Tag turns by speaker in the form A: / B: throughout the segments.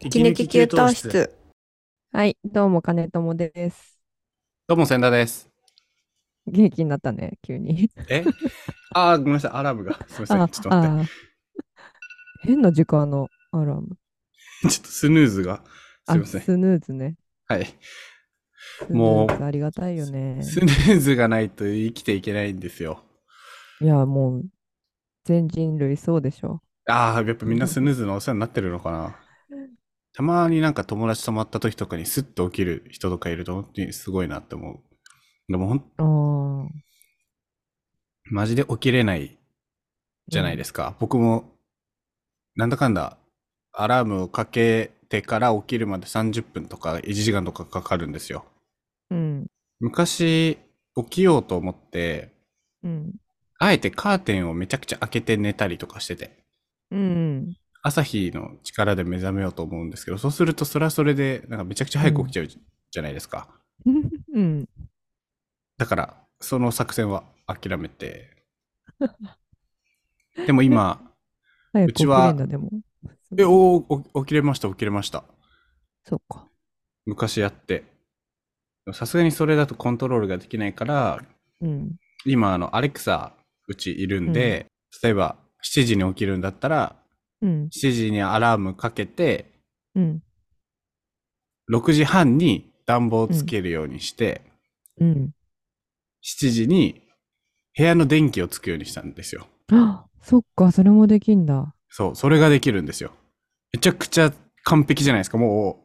A: 息抜き給湯室。
B: はい、どうも、金友です。
C: どうも、千田です。
B: 元気になったね、急に。
C: え あー、ごめんなさい、アラブが。すみません、ちょっと待っ
B: あ変な時間のアラーム。
C: て。ちょっとスヌーズが。す
B: あ
C: みません。
B: スヌーズね。
C: はい。
B: スヌ
C: もう
B: ーズありがたいよね。
C: スヌーズがないと生きていけないんですよ。
B: いや、もう、全人類そうでしょ。
C: ああ、やっぱみんなスヌーズのお世話になってるのかな。たまになんか友達とまった時とかにスッと起きる人とかいると本当にすごいなって思う。でもほん、
B: あー
C: マジで起きれないじゃないですか。僕も、なんだかんだ、アラームをかけてから起きるまで30分とか1時間とかかかるんですよ。
B: うん、
C: 昔、起きようと思って、
B: うん、
C: あえてカーテンをめちゃくちゃ開けて寝たりとかしてて、
B: うん、
C: 朝日の力で目覚めようと思うんですけど、そうするとそれはそれで、なんかめちゃくちゃ早く起きちゃうじじゃないですか。
B: うん。
C: だから、その作戦は諦めて。でも今、
B: 早く
C: うち
B: 起き
C: は
B: れんだ、でも。
C: え、おーお、起きれました、起きれました。
B: そっか。
C: 昔やって。さすがにそれだとコントロールができないから、
B: うん、
C: 今、あの、アレクサ、うちいるんで、例えば、7時に起きるんだったら、
B: うん、
C: 7時にアラームかけて、
B: うん、
C: 6時半に暖房をつけるようにして、
B: うん。
C: 7時に部屋の電気をつくようにしたんですよ。
B: あそっか、それもできんだ。
C: そう、それができるんですよ。めちゃくちゃ完璧じゃないですか。も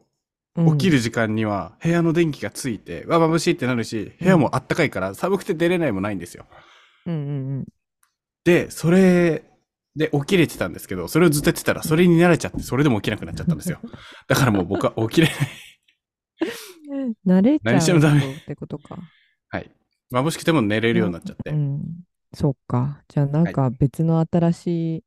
B: う
C: う、
B: ん
C: 起きる時間には部屋の電気がついて、わ、眩しいってなるし、部屋もあったかいから寒くて出れないもないんですよ。
B: うんうん
C: で、それで起きれてたんですけど、それをずっとやってたら、それに慣れちゃって、それでも起きなくなっちゃったんですよ。だからもう僕は起きれない。
B: うん。慣れちゃう
C: 何してもダメ
B: とってことか。
C: はい。眩しくても寝れるようになっちゃって。
B: うん、そっか。じゃあなんか別の新しい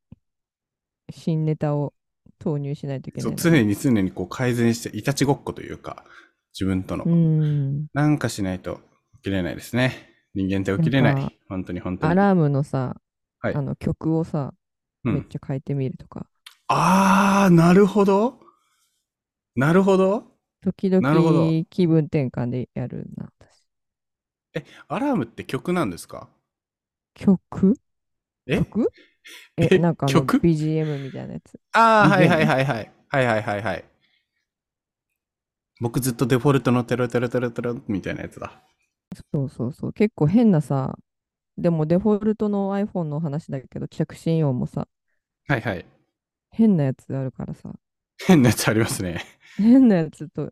B: 新ネタを投入しないといけ
C: そ
B: な
C: う
B: い
C: 常に常にこう改善していたちごっこというか自分との、
B: うん。
C: なんかしないと起きれないですね人間って起きれない
B: なんか
C: 本当に本当
B: ア
C: にあ
B: ラームのさ、
C: はい
B: あの曲をさ、
C: うん
B: めっちゃ変えてみるとか。
C: あーなるほどなるほど
B: 時
C: なるほど
B: 々気分転換でやるな、私。
C: アラームって曲なんですか
B: 曲
C: え
B: 曲
C: え
B: え、なんかあの
C: 曲
B: BGM みたいなやつ。
C: ああは
B: リ
C: い
B: ズム
C: はいはいはいはいはいはいはい僕ずっとデフォルトのテロテロテロテロみたいなやつだ
B: そうそうそう。結構変なさ、でもデフォルトの iPhone の話だけど、着信音もさ、
C: はいはい
B: 変なやつあるからさ。
C: 変なやつありますね
B: 変なやつと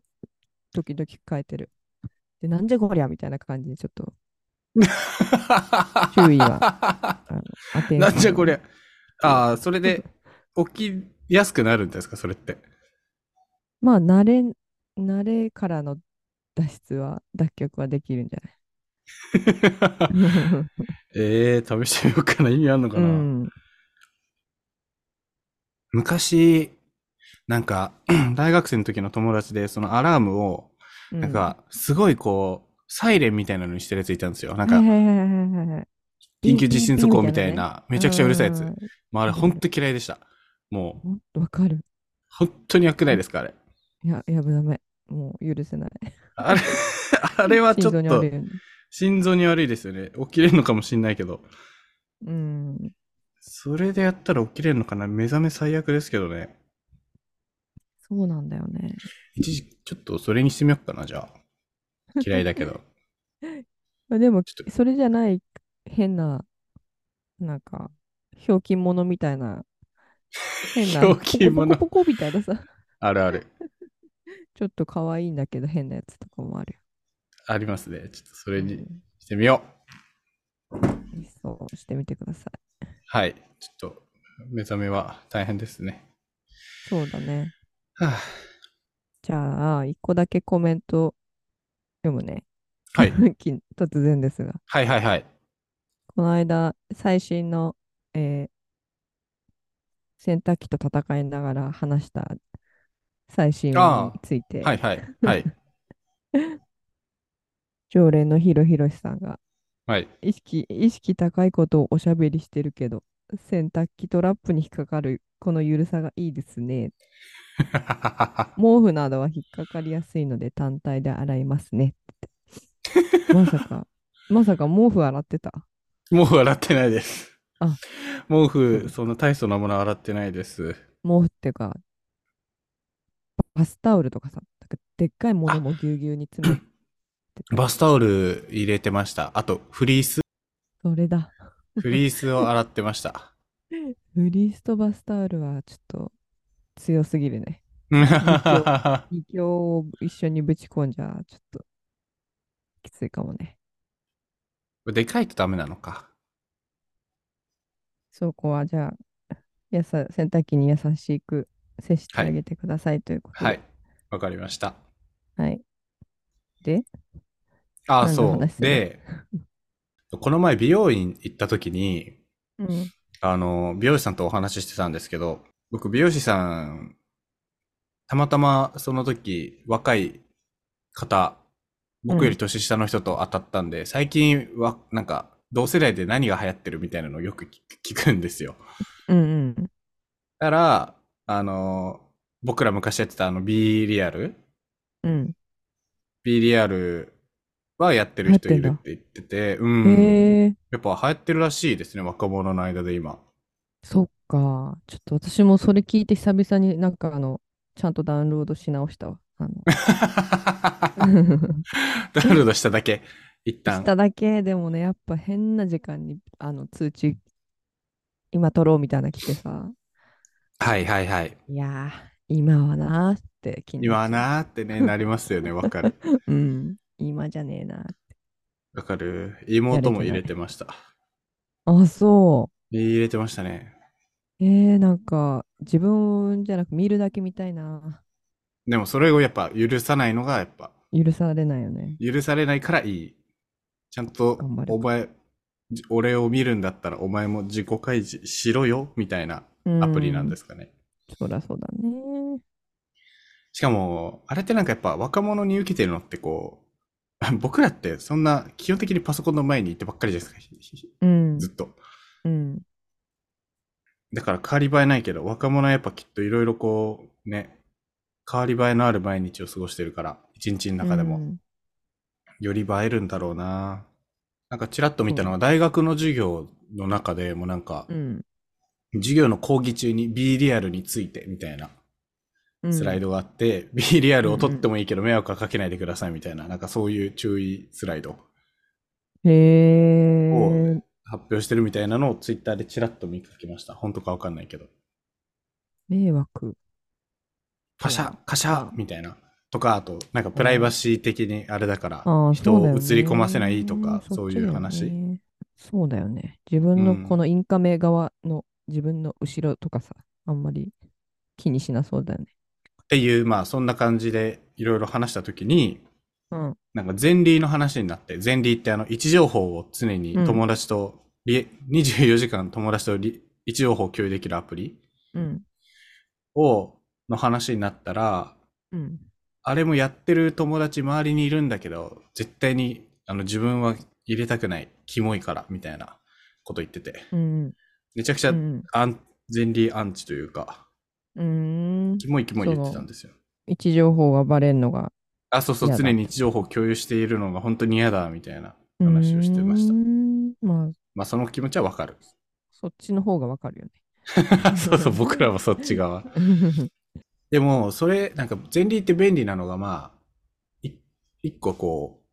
B: 時々変えてる。で、なんじゃこりゃみたいな感じでちょっと注意
C: は
B: 当 て
C: なんじゃこり
B: ゃ。
C: ゃ。ああ、それで起きやすくなるんですか、それって。
B: まあ、慣れ、慣れからの脱出は、脱却はできるんじゃ ない
C: ええ試してみようかな。意味あんのか
B: う
C: な。
B: ん。
C: 昔、なんか、 大学生の時の友達で、そのアラームを、
B: う
C: なん、か、すごいこう、サイレンみたいなのにしてるやついたんですよ。なん
B: は
C: か
B: い、はいはいはいはいはい。
C: 緊急地震速報みたい
B: ね。
C: な、めちゃくちゃうるさいやつ。
B: う
C: も
B: ん
C: うあれ、ほんと嫌いでした。もう、
B: ほんわかる。
C: 本当に悪くないですか、あれ。
B: いや、やぶだめ。もう許せない。
C: あれ、あれはちょっ
B: 心臓に悪
C: と
B: い、よね
C: 心臓に悪いですよね。起きれるのかもしんないけど。
B: うん。
C: それでやったら起きれるのかな目覚め最悪ですけどね。
B: そうなんだよね。
C: 一時、ちょっとそれにしてみようかな、じゃあ。嫌いだけど。
B: まあでも
C: ちょっ、と
B: それじゃない変な、なんか、ひょうきん者みたいな、変な、
C: ひょうきん者
B: ポコポコポコみたいなさ、
C: あるある。
B: ちょっと可愛いんだけど変なやつとかもあるよ。
C: ありますね。ちょっとそれ
B: う
C: に
B: ん
C: してみよう。
B: そうしてみてください。
C: はい。ちょっと、目覚めは大変ですね。
B: そうだね。
C: は
B: じゃあ、一個だけコメント読むね。
C: あはい。
B: き突然ですが。
C: はいはいはい。
B: この間、最新の、えー洗濯機と戦いながら話した最新話について、
C: はいはい。はい。
B: 常連のヒロヒロシさんが、
C: はい。
B: 意識、意識高いことをおしゃべりしてるけど、洗濯機トラップに引っかかる、このゆるさがいいですね。毛布などは引っかかりやすいので単体で洗いますねって。まさか、 まさか毛布洗ってた。
C: 毛布洗ってないです
B: あ。
C: 毛布、そんな大層なもの洗ってないです。
B: 毛布っていうか、バスタオルとかさ、なんかでっかいものもぎゅうぎゅうに詰めて
C: バスタオル入れてました。あと、フリース
B: それだ。
C: フリースを洗ってました。
B: フリースとバスタオルはちょっと強すぎるね。
C: う
B: 二強を一緒にぶち込んじゃ、ちょっときついかもね。
C: んでかいとダメなのか。
B: そこはじゃあ、やさ洗濯機に優しく接してあげてくださいということで。
C: はい。わかりました。
B: はい。で、
C: ああ、
B: 何の
C: そ
B: 話す
C: う。
B: る
C: で、この前美容院行った時に、
B: うん。
C: あの、美容師さんとお話ししてたんですけど、僕美容師さん、たまたまその時若い方、僕より年下の人と当たったんで、最近は、なんか、同世代で何が流行ってるみたいなのをよく聞く聞くんですよ。
B: うんうん。
C: たら、あの、僕ら昔やってたあの B リアル
B: うん。
C: ?B リアルはやってる人いるって言ってて、うん。
B: へえ、
C: やっぱ流行ってるらしいですね、若者の間で今。
B: そっか。ちょっと私もそれ聞いて久々になんかあの、ちゃんとダウンロードし直したわ。あの
C: ダウンロードしただけ、一旦。
B: しただけでもね、やっぱ変な時間にあの通知、今撮ろうみたいな来てさ、
C: はいはいはい。
B: いやー、今はなーって気に
C: 今は
B: な
C: な
B: っ
C: ーってね、なりますよね、わかる。
B: ちゃう。うん、今じゃねえな。
C: わかる。妹も入れてました。
B: あ、そ
C: 入れてましたね。
B: う。えー、なんか自分じゃなく見るだけ見たいな。
C: でもそれをやっぱ許さないのが、やっぱ、
B: 許されないよね。
C: 許されないからいい。ちゃんと
B: 頑張、る。
C: お前、じ俺を見るんだったらお前も自己開示しろよ、みたいなアプリなんですすかね。
B: そりゃそうだね。
C: しかも、あれってなんかやっぱ若者に受けてるのってこう、 僕らってそんな基本的にパソコンの前にいてばっかりじゃないですか、
B: うん
C: ずっ、と。
B: うん。
C: だから変わり映えないけど、若者はやっぱきっといろいろこう、ね、変わり映えのある毎日を過ごしてるから、一日の中で
B: う
C: も、
B: ん
C: より映えるんだろうな。なんかちらっと見たのは、大学の授業の中でもなんか、
B: うん。
C: 授業の講義中に B リアルについてみたいなスライドがあって、B リアルを取ってもいいけど迷惑はかけないでくださいみたいな、なんかそういう注意スライド
B: うん。へ
C: を
B: ー。
C: 発表してるみたいなのをツイッターでちらっと見かけました。本当かわかんないけど。
B: 迷惑。
C: パシャカシャみたいな。とか、あと、なんかプライバシー的にあれだから、
B: ああ、
C: 人
B: そうだ
C: を映
B: よ
C: り込ま
B: ね
C: せないとか、そういう。
B: そっちだよ
C: 話。
B: ねそうだよね。自分の
C: うん
B: このインカメ側の自分の後ろとかさ、あんまり気にしなそうだよね。
C: っていう、まあそんな感じでいろいろ話したときに、
B: うん。
C: なんか前例の話になって、前例ってあの位置情報を常に友達と、リ24時間友達とリ位置情報を共有できるアプリ
B: うん。
C: を、の話になったら、
B: うん。
C: あれもやってる友達周りにいるんだけど、絶対にあの自分は入れたくない、キモいから、みたいなこと言ってて、
B: うん。
C: めちゃくちゃ
B: うん
C: アン、前例アンチというか、
B: うーん。
C: キモいキモい言ってたんですよ。
B: 位置情報がバレるのが
C: あ、そうそう、
B: 嫌だ
C: 常に位置情報を共有しているのが本当に嫌だ、みたいな話をしてました
B: うー。んまあ、
C: まあ、その気持ちはわ かる。
B: そっちの方がわかるよね。
C: そうそう、僕らもそっち側。でも、それ、なんか、前例って便利なのが、まあ、い一個こう、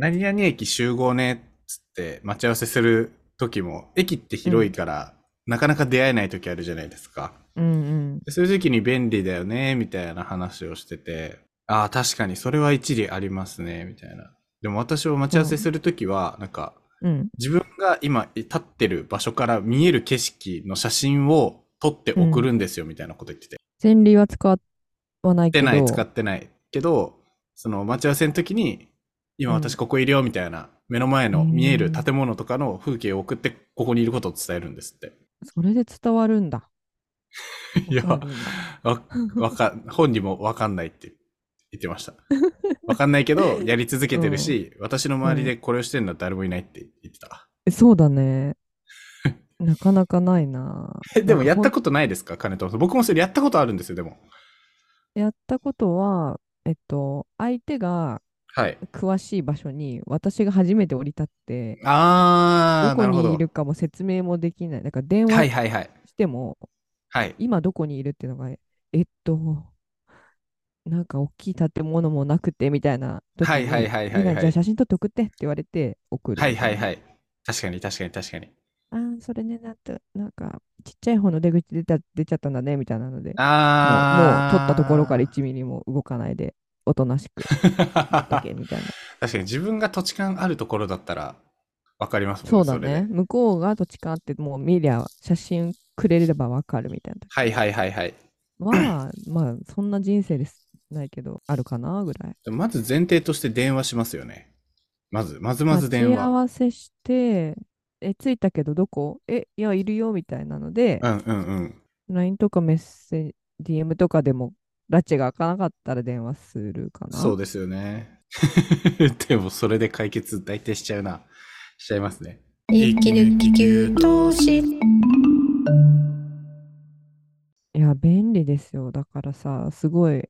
C: 何々駅集合ね、つって待ち合わせする時も、駅って広いから、なかなか出会えない時あるじゃないですか。
B: うん
C: でそういう時に便利だよね、みたいな話をしてて、ああ、確かにそれは一理ありますね、みたいな。でも私は待ち合わせする時は、なんか、
B: うん。うん。
C: 自分が今立ってる場所から見える景色の写真を撮って送るんですよ、みたいなこと言ってて。
B: 前例は使わな
C: 使っ
B: い
C: て
B: けど。
C: ない、使ってない。けど、その待ち合わせの時に、今私ここいるよみたいな、目の前の見える建物とかの風景を送って、ここにいることを伝えるんですって。
B: それで伝わるんだ。
C: いや、
B: わか
C: わ
B: るんだ、
C: わか、本人もわかんないって言ってました。わかんないけ ど、やり続けてるし、私の周りでこれをしてるのは誰もいないって言ってた。
B: えそう
C: 。
B: だね。なかなかないな
C: でもやった
B: こ
C: ことないですか金友さん。僕もそれやったことあるんですよ、でも。
B: やったことは、えっと、相手が
C: はい。
B: 詳しい場所に私が初めて降り立って、
C: あ
B: ど
C: ー、
B: こ
C: なるほ
B: に
C: ど。
B: いるかも説明もできない。だから電
C: はい
B: 話
C: はいはい。
B: しても、
C: はい。
B: 今どこにいるっていうのが、えっと、なんか大きい建物もなくてみたいな時
C: はい
B: に
C: はいはいはい
B: みんな
C: はい
B: じゃあ写真撮って送ってって言われて送る
C: はいはい
B: い。
C: はい。確かに確かに確かに。
B: あーそれね、なんと、なんか、ちっちゃい方の出口出た出ちゃったんだねみたいなので、もうも
C: あ
B: う
C: ー。
B: 撮ったところから1ミリも動かないで、おとなし くだけみたいな。
C: 確かに自分が土地勘あるところだったら分かります
B: そ
C: もん
B: うだ
C: れで
B: ね。向こうが土地勘あって、もう見りゃ写真くれればわかるみたいな。
C: はいはいはいはい。
B: まあ、まあ、そんな人生ですないけど、あるかなぐらい。
C: でもまず前提として電話しますよね。まず、まずまず
B: 待
C: 電
B: ち合
C: 話。
B: わせして、え、着いたけどどこえ、いや、いるよみたいなので
C: う、んうんうん。
B: LINE とかメッセージ、DM とかでも、拉致が開かなかったら電話するかな。
C: そうですよね。 でもそれで解決大体しちゃうな。しちゃいますね。
A: ニッキニッキ給湯室。
B: いや、便利ですよ。だからさ、すごい、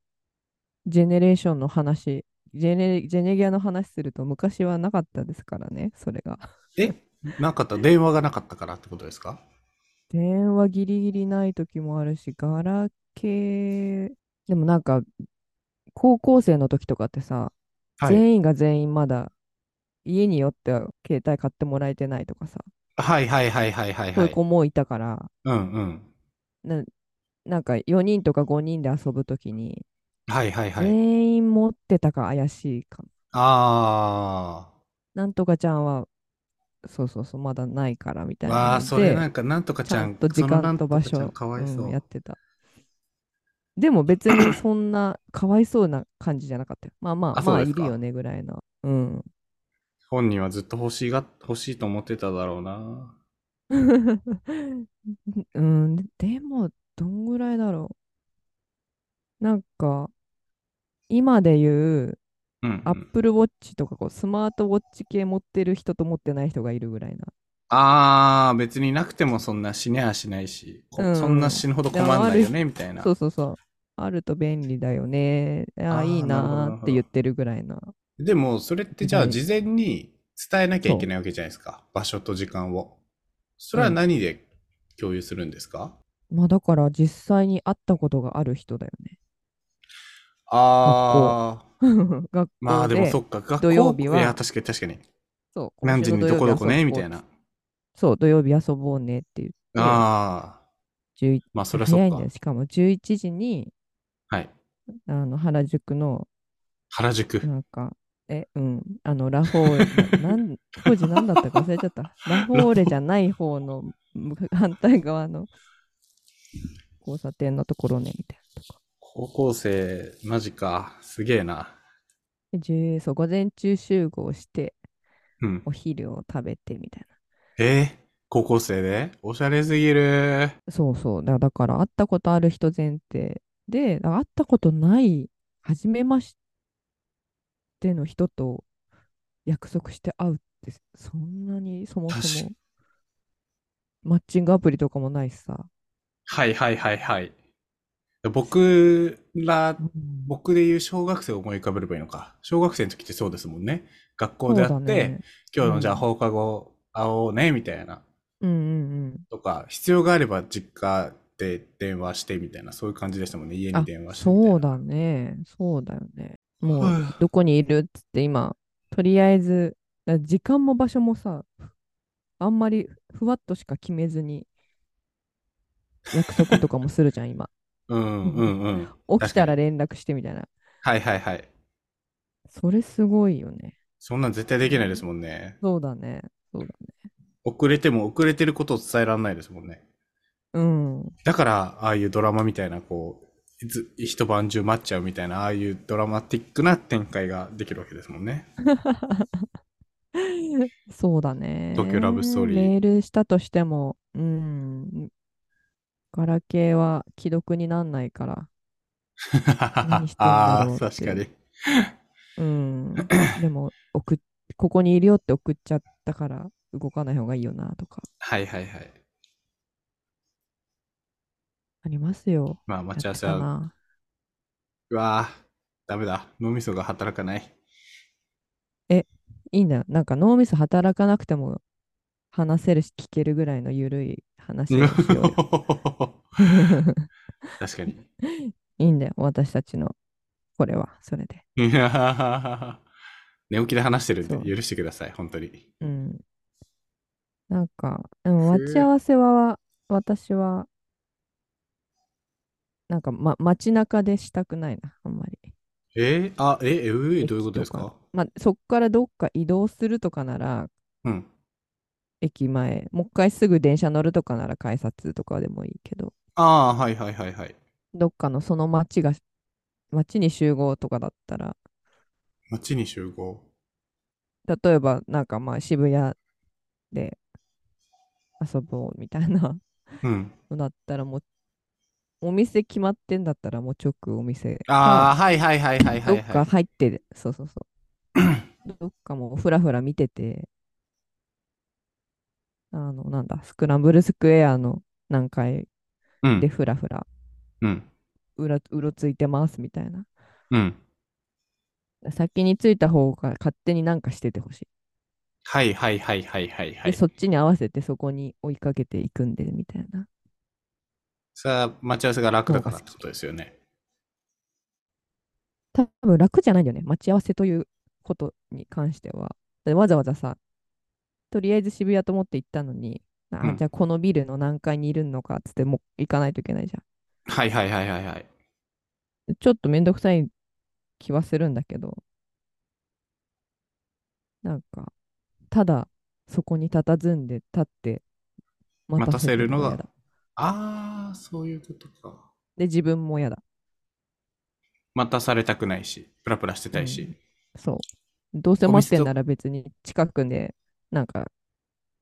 B: ジェネレーションの話、ジェネ、ジェネギアの話すると昔はなかったですからね、それ が。
C: えなかった電話がなかったからってことですか
B: 電話ギリギリない時もあるし、ガラケー、でもなんか、高校生の時とかってさ、
C: はい。
B: 全員が全員まだ、家によっては携帯買ってもらえてないとかさ、
C: はいはいはいはいはい
B: そう
C: は
B: いう
C: い。
B: 子もいたから、
C: うんうん。
B: な、なんか4人とか5人で遊ぶ時に、
C: はいはいはい。
B: 全員持ってたか怪しいかも。
C: あ
B: なんとかちゃんは、そうそうそう、まだないからみた
C: ー。
B: い
C: わ
B: な
C: あ、
B: の
C: それ
B: で
C: なんかなんとかち
B: ち
C: ゃ
B: ゃ
C: ん
B: ん、と時
C: そのな
B: 間
C: ん
B: と
C: と
B: 場
C: かちゃん
B: 所、、
C: かわいそううん
B: やってた。でも別にそんなかわいそうな感じじゃなかったよ。まあまあ、
C: あそ
B: ま
C: う
B: あ
C: です
B: い
C: か
B: るよねぐらいの。うん。
C: 本人はずっと欲しいが、欲しいと思ってただろうな。
B: うん、でも、どんぐらいだろう。なんか、今で言う、
C: うん、うん。
B: Apple Watch とかこう、スマートウォッチ系持ってる人と持ってない人がいるぐらいな。
C: あー、別になくてもそんな死にゃしないし、こ
B: うん
C: そんな死ぬほど困んないよね、みたいな。
B: そうそうそう。あると便利だよね。あ
C: あ
B: あ、
C: ー
B: いいなーって言ってるぐらいな。
C: でも、それってじゃあ
B: うん
C: 事前に伝えなきゃいけないわけじゃないですか。場所と時間を。それは何で共有するんですか、
B: まあだから実際に会ったことがある人だよね。
C: あー、
B: 学校で。
C: まあでもそっか、学校
B: 土曜日はい
C: や、確かに確かに。
B: そう。
C: 何時にどこどこね、みたい
B: な
C: な。
B: そう、土曜日遊ぼうねって言って、
C: あー、
B: 11
C: まあそれはそっ
B: 早い
C: か
B: んだよ。。しかも11時に、
C: はい。
B: あの、原宿の、
C: 原宿。
B: なんか、え、うん、あの、ラフォーレ、ななん当時何だったか忘れちゃった。ラフォーレじゃない方の む反対側の 交差点のところね、みたいなとか。
C: 高校生、マジか。すげえな。
B: で10そう、午前中集合して、
C: うん。
B: お昼を食べて、みたい
C: えー、高校生でおしゃれすぎる。
B: な。そうそう。だだから、会ったことある人前提で、だ会ったことない、初めましての人と約束して会うって、そんなにそもそ
C: 確
B: も、マッチングアプリとかもないしさ。
C: はいはいはいはい。僕ら、僕で言う小学生を思い浮かべればいいのか。小学生の時ってそうですもんね。学校であ
B: そう
C: っ
B: だ
C: て、
B: ね
C: 今日のじゃあ
B: うん
C: 放課後会おうね、みたいな。
B: うんうん
C: とか、必要があれば実家で電話してみたいな、そういう感じでしたもんね。家
B: うん。
C: に
B: あ
C: 電話、してみたいな。
B: そうだね。そうだよね。もう、
C: はあ
B: どこにいるっつって今、とりあえず、だ時間も場所もさ、あんまりふわっとしか決めずに、約束とかもするじゃ ん、今。
C: うんうんうん。
B: 起きたら連絡してみたいな。
C: はいはいはい。
B: それすごいよね。
C: そんなん絶対できないですもんね。
B: そうだね。そうだね。
C: 遅れても遅れてることを伝えられないですもんね。
B: うん。
C: だから、ああいうドラマみたいな、こう、いつ一晩中待っちゃうみたいな、ああいうドラマティックな展開ができるわけですもんね。
B: そうだね。
C: 東京ラブストーリー
B: メールしたとしても、うん。ガラケーは既読になんないから。何してんだ
C: あ
B: ろう
C: あ、
B: って
C: 確
B: いう
C: かに。
B: うん。でも、送っここにいるよって送っちゃったから、動かない方がいいよな、とか。
C: はいはいはい。
B: ありますよ。
C: まあ、待ち合わせ
B: や
C: は
B: ってたな
C: うわぁ、ダメだ。脳みそが働かない。
B: いいんだよ。なんか脳みそ働かなくても話せるし聞けるぐらいのゆるい話をし ようよ
C: 確かに。
B: いいんだよ。私たちの、これは、それで。
C: いや寝起きで話してるんで
B: そう
C: 許してください、本当に。
B: うん。なんか、でも待ち
C: へえ
B: 合わせは、私は、なんか、ま、街中でしたくないな、あんまり。
C: えー、あ、え、えうえどういうことで
B: 駅
C: す
B: とか
C: か
B: まあ、そっからどっか移動するとかなら、
C: うん。
B: 駅前、もう一回すぐ電車乗るとかなら改札とかでもいいけど、
C: ああー、はいはいはいはい。
B: どっかのその街が、街に集合とかだったら、
C: 街に集合。
B: 例えば、なんかまあ渋谷で遊ぼうみたいな
C: うん。
B: のだったらもう、お店決まってんだったらもう直お店
C: ああ、はいはいはいはいは
B: ど
C: い、
B: っ
C: は
B: か
C: い。
B: 入ってる、そうそ うそう。どっかもうふらふら見てて、あの、なんだ、スクランブルスクエアの何階
C: う
B: で
C: ん。
B: ふらふら、
C: うん。
B: うら、うろついてますみたいな。
C: うん。
B: 先に着いた方が勝手になんかしててほしい。
C: はいはいはいはいはいは
B: で、
C: い。
B: そっちに合わせてそこに追いかけていくんで、みたいな。
C: さあ、待ち合わせが楽だから
B: そう
C: っ
B: か
C: てことですよね。
B: 多分楽じゃないんだよね。待ち合わせということに関しては。でわざわざさ、とりあえず渋谷と思って行ったのに、あ
C: うん
B: じゃあこのビルの何階にいるのかっつってもう行かないといけないじゃ
C: はいはいはいはいはい。
B: ん。ちょっとめんどくさい気はするんだけど、なんか、ただそこに佇んで立って待
C: 待たせるの
B: とか嫌
C: が
B: だ。
C: ああ、そういうことか。
B: で、自分も嫌だ。
C: 待たされたくないし、プラプラしてたいし。
B: そう。どうせ待っ
C: お店
B: てん
C: と
B: なら別に近くで、なんか、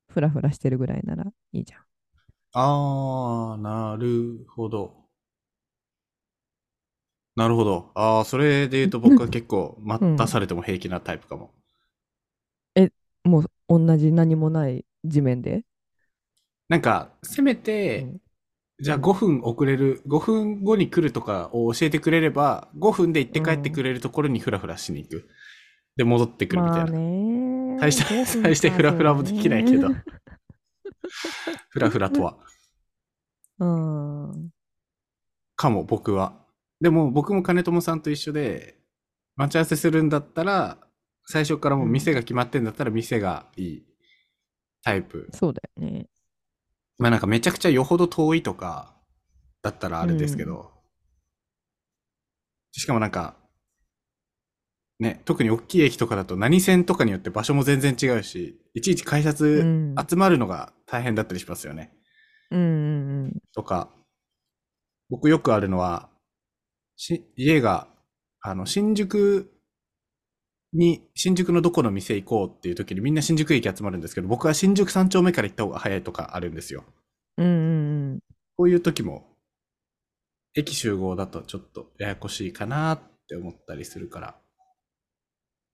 B: ふらふらしてるぐらいならいいじゃん。
C: ああ、なるほど。なるほど。ああ、それで言うと僕は結構待たされても平気なタイプかも。
B: もう同じ何もない地面で。
C: なんか、せめ
B: う
C: て、
B: ん
C: じゃあ5分遅れる、5分後に来るとかを教えてくれれば、5分で行って帰ってくれるところにフラフラしに行く。で、戻ってくるみた
B: ま
C: い
B: あ
C: な。
B: ね。
C: 大して
B: 5分
C: 大して
B: か
C: フラフラもできないけど
B: そうだね
C: フラフラとは。
B: うん。
C: かも、僕は。でも、僕も金友さんと一緒で、待ち合わせするんだったら、最初からもう店が決まってんだったら店がいいタイプ。
B: そうだよね。
C: まあなんかめちゃくちゃよほど遠いとか、だったらあれですけど、しかもなんか、ね、特に大きい駅とかだと何線とかによって場所も全然違うし、いちいち改
B: う
C: 札
B: ん。
C: 集まるのが大変だったりしますよね。
B: うんうんうん。
C: とか、僕よくあるのは、し家が、あの、新宿に、新宿のどこの店行こうっていう時にみんな新宿駅集まるんですけど、僕は新宿三丁目から行った方が早いとかあるんですよ。
B: うんうんうん。
C: こういう時も、駅集合だとちょっとややこしいかなって思ったりするから。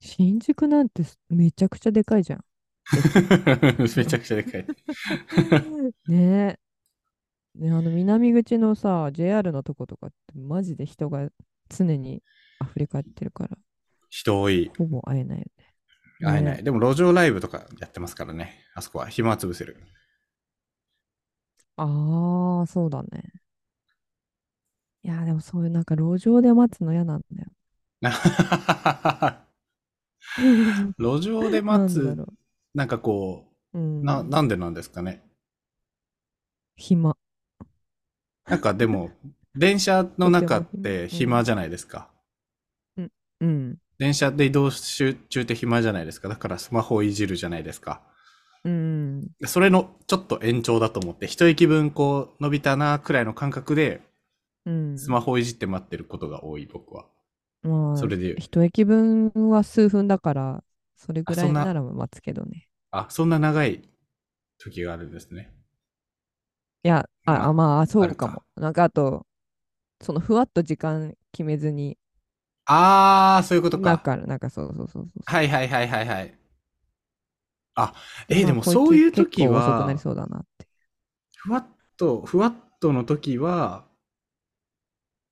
B: 新宿なんてすめちゃくちゃでかいじゃん。
C: めちゃくちゃでかい。
B: ねえ。ね、あの南口のさ、JR のとことかってマジで人が常に溢れ返ってるから、
C: 人多い。
B: ほぼ会えないよね。
C: 会えな
B: ね
C: い。でも路上ライブとかやってますからね。あそこは暇つぶせる。
B: ああ、そうだね。いや、でもそういうなんか路上で待つの嫌なんだよ。
C: 路上で
B: なん
C: 待
B: だ
C: つ
B: ろ
C: なんかこ
B: う。う
C: う、
B: ん。
C: な、なんでなんですかね。
B: 暇。
C: なんかで も、電車の中って暇じゃないですか。
B: うん。
C: 電車で移動集中って暇じゃないですか。だからスマホをいじるじゃないですか。
B: うん。
C: それのちょっと延長だと思って、一息分こう伸びたなくらいの感覚で、
B: うん。
C: スマホをいじって待ってることが多い僕は。
B: まあ、
C: それで言う。
B: 一駅分は数分だから、それぐら
C: あそ
B: い
C: んな
B: なら待つけどね。
C: あ、そんな長い時があるんですね。
B: いや、
C: まあ
B: あ、あまあ、そ
C: ある
B: うかも。なんかあと、そのふわっと時間決めずに、
C: あー、そういうこと
B: だ
C: か。
B: から、なんかそうそうそうそう。
C: はいはいはいはいはい。あ、え
B: ま
C: ー、
B: あ
C: でも
B: こい
C: そう
B: つ
C: いう
B: 結
C: 時
B: 構遅く
C: は
B: なり、そうだなって。
C: ふわっと、ふわっとの時は、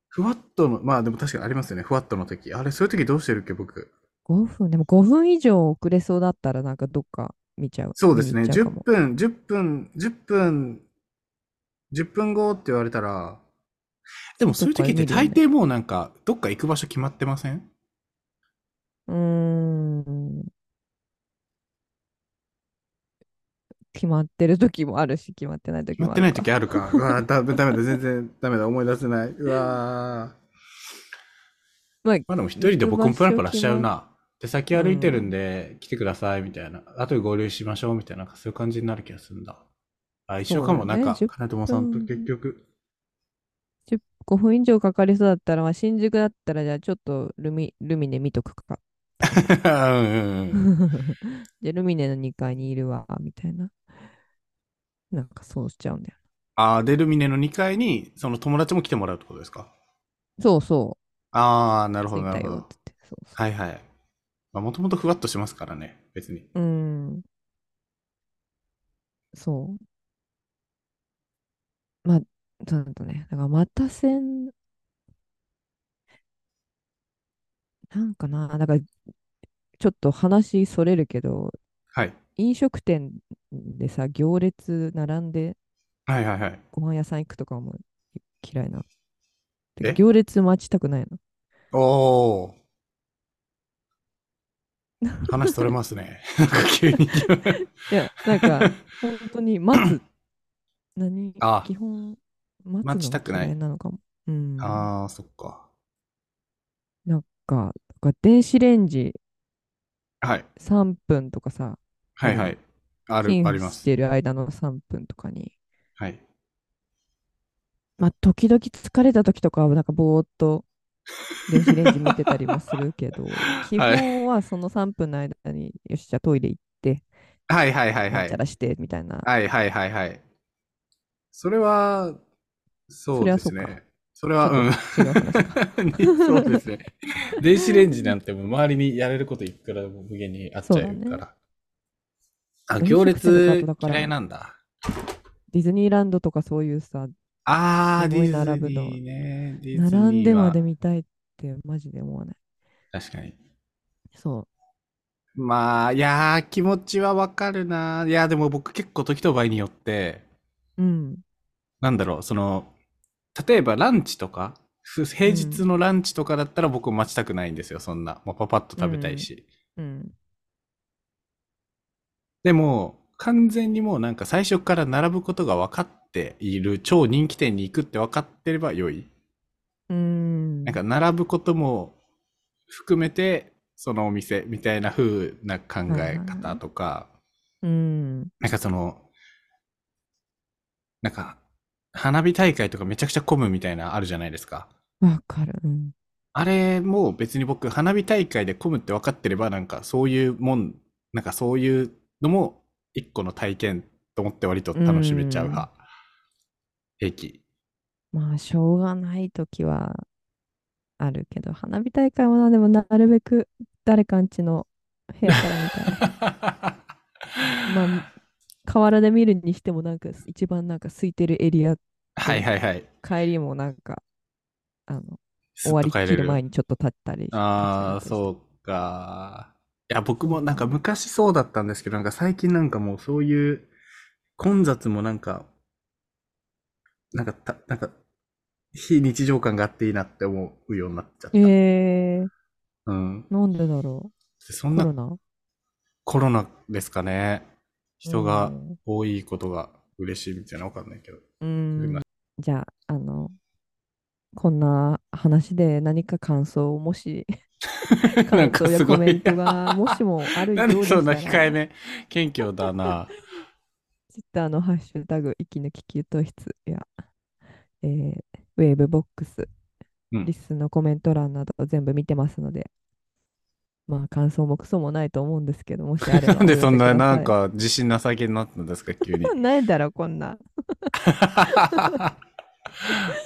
C: ふわっとの、まあでも確かにありますよね。ふわっとの時。あれ、そういう時どうしてるっけ、僕。
B: 5分、でも5分以上遅れそうだったら、なんかどっか見ちゃう。
C: そうですね。
B: 見に行っちゃうか
C: 10
B: も
C: 分、10分、10分、10分後って言われたら、でもそういう時って
B: どっかへ
C: 大
B: 見るよね
C: 抵もうなんか、どっか行く場所決まってません
B: うーん。決まってる時もあるし、決まってない時
C: 決ま
B: も
C: っ
B: あ
C: て
B: る
C: ない
B: か
C: 時ある か。うわーだ、ダメだ、全然ダメだ、思い出せない。うわー
B: まあ、
C: まあでも一人で僕もプラプラしちゃうな。で、先歩いてるんで、来てください、みたいな。後で合流しましょう、みたいな、なんかそういう感じになる気がするんだ。あ、一緒かも、
B: そう
C: な
B: だね
C: んか、
B: 10
C: 金友さんと結局。
B: 5分以上かかりそうだったら、まあ、新宿だったら、じゃあちょっとルミ、ルミネ見とくか。
C: うんうんうん
B: じゃあルミネの2階にいるわ、みたいな。なんかそうしちゃうんだよ。
C: あー、デルミネの2階に、その友達も来てもらうってことですか
B: そうそ
C: ああ、な
B: う。
C: るほど、なる
B: 着いた
C: ほ
B: よ
C: ど
B: っ。つって。そうそう
C: はいはい。まあ、もともとふわっとしますからね、別に。
B: うん。そう。まあ、そうなんだね。だから、またせん、なんかな、だから、ちょっと話それるけど、
C: はい。
B: 飲食店でさ、行列並んで
C: はいはいはい。
B: ご飯屋さん行くとかも嫌いな。てか
C: え
B: 行列待ちたくないの。
C: お ー。話それますね。なんか急に。
B: いや、なんか、本当に待つ。何
C: あ
B: 基本、待つ
C: 待ち
B: の
C: た
B: が
C: くない
B: 嫌いなのかも。うん。
C: ああ、そっか。
B: なんか、なんか電子レンジ
C: はい。
B: 3分とかさ、
C: はいはい。ある
B: チ、ン
C: ありま
B: し
C: す。
B: てる間の3分とかに、
C: はい。
B: まあ、時々疲れた時とかは、なんかぼーっと電子レンジ見てたりもす るけど、基本はその3分の間に、よし、じゃあトイレ行って、
C: はいはいはいは
B: なんちゃ
C: い。
B: らして、みたいな。
C: はいはいはいはい。それは、そうです
B: それはそうか
C: ね。それは、
B: ちょ
C: うん。
B: っと違う話 か
C: そうですね。電子レンジなんてもう周りにやれることいくらでも無限にあっちゃうから。
B: そうだね
C: あ、
B: 飲食
C: 行列
B: 店とかだから
C: 嫌いなんだ。
B: ディズニーランドとかそういうさ、
C: あー、
B: す
C: デ
B: ご
C: ィ
B: い
C: ズ
B: 並ぶ
C: ニ
B: の
C: ーね。ディズニーは
B: 並んでまで見たいって、マジで思わない。
C: 確かに。
B: そ
C: まあ、いやー、気持ちはわかるな。いやー、でも僕結構時と場合によって、
B: う。うん。
C: なんだろう、その、例えばランチとか、ふ平日のランチとかだったら僕待ちたくないんですよ、そんな。もうパパッと食べたいし。
B: うん。
C: でも、完全にもうなんか最初から並ぶことが分かっている超人気店に行くって分かってれば良い。
B: うん。
C: なんか並ぶことも含めて、そのお店みたいな風な考え方とか、
B: うん。
C: なんかその、なんか、花火大会とかめちゃくちゃ混むみたいなあるじゃないですか。
B: わかる。うん。
C: あれも別に僕、花火大会で混むって分かってれば、なんかそういうもん、なんかそういうのも一個の体験と思って割と楽しめちゃう派。平 気。
B: まあ、しょうがないときはあるけど、花火大会はな、でもなるべく誰かんちの部屋からみたいな。まあ、河原で見るにしても、なんか一番なんか空いてるエリア、
C: はいはいはい。
B: 帰りもなんか、あの、終
C: すっ
B: わ
C: と帰
B: りき
C: れ
B: る
C: る
B: 前にちょっと立ったり。
C: ああ、そうか。いや、僕もなんか昔そうだったんですけど、なんか最近なんかもうそういう混雑もなんか、なんかた、なんか、非日常感があっていいなって思うようになっちゃった。
B: ええ
C: うん。
B: ー、なんでだろ
C: そ
B: うんコ
C: な
B: ロナ
C: コロナですかね。人が
B: うん
C: 多いことが嬉しいみたいなわかんない けど。
B: うん。じゃあ、あの、こんな話で何か感想をもし、
C: なん
B: 感
C: か
B: 想や
C: すご
B: コ
C: い
B: メン トがもしもあるよ
C: な
B: うんで
C: で
B: し
C: そ
B: たら、
C: んな控えめ、謙虚だ な。
B: ツイッターのハッシュタグ、息抜き給湯室や、えーウェーブボックス、
C: うん
B: リスのコメント欄など全部見てますので、まあ、感想もクソもないと思うんですけど、もしあれば。
C: なんでそんな、なん
B: お
C: か自信なさげになったんですか、急に
B: 寄せくださ。い。ないだろ、こんな。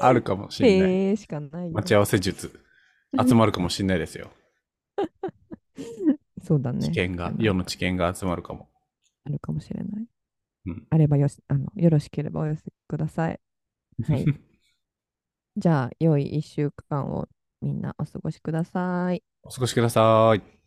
C: あるかもしれない。
B: へえしかないよ
C: 待。ち合わせ術。集まるかもしれないですよ。
B: そうだね。
C: 知見が、世の知見が集まるかも。
B: あるかもしれな
C: う
B: い。
C: ん
B: あればよしあの、よろしければお寄せください。はいじゃあ、良い1週間をみんなお過ごしください。
C: お過ごしください。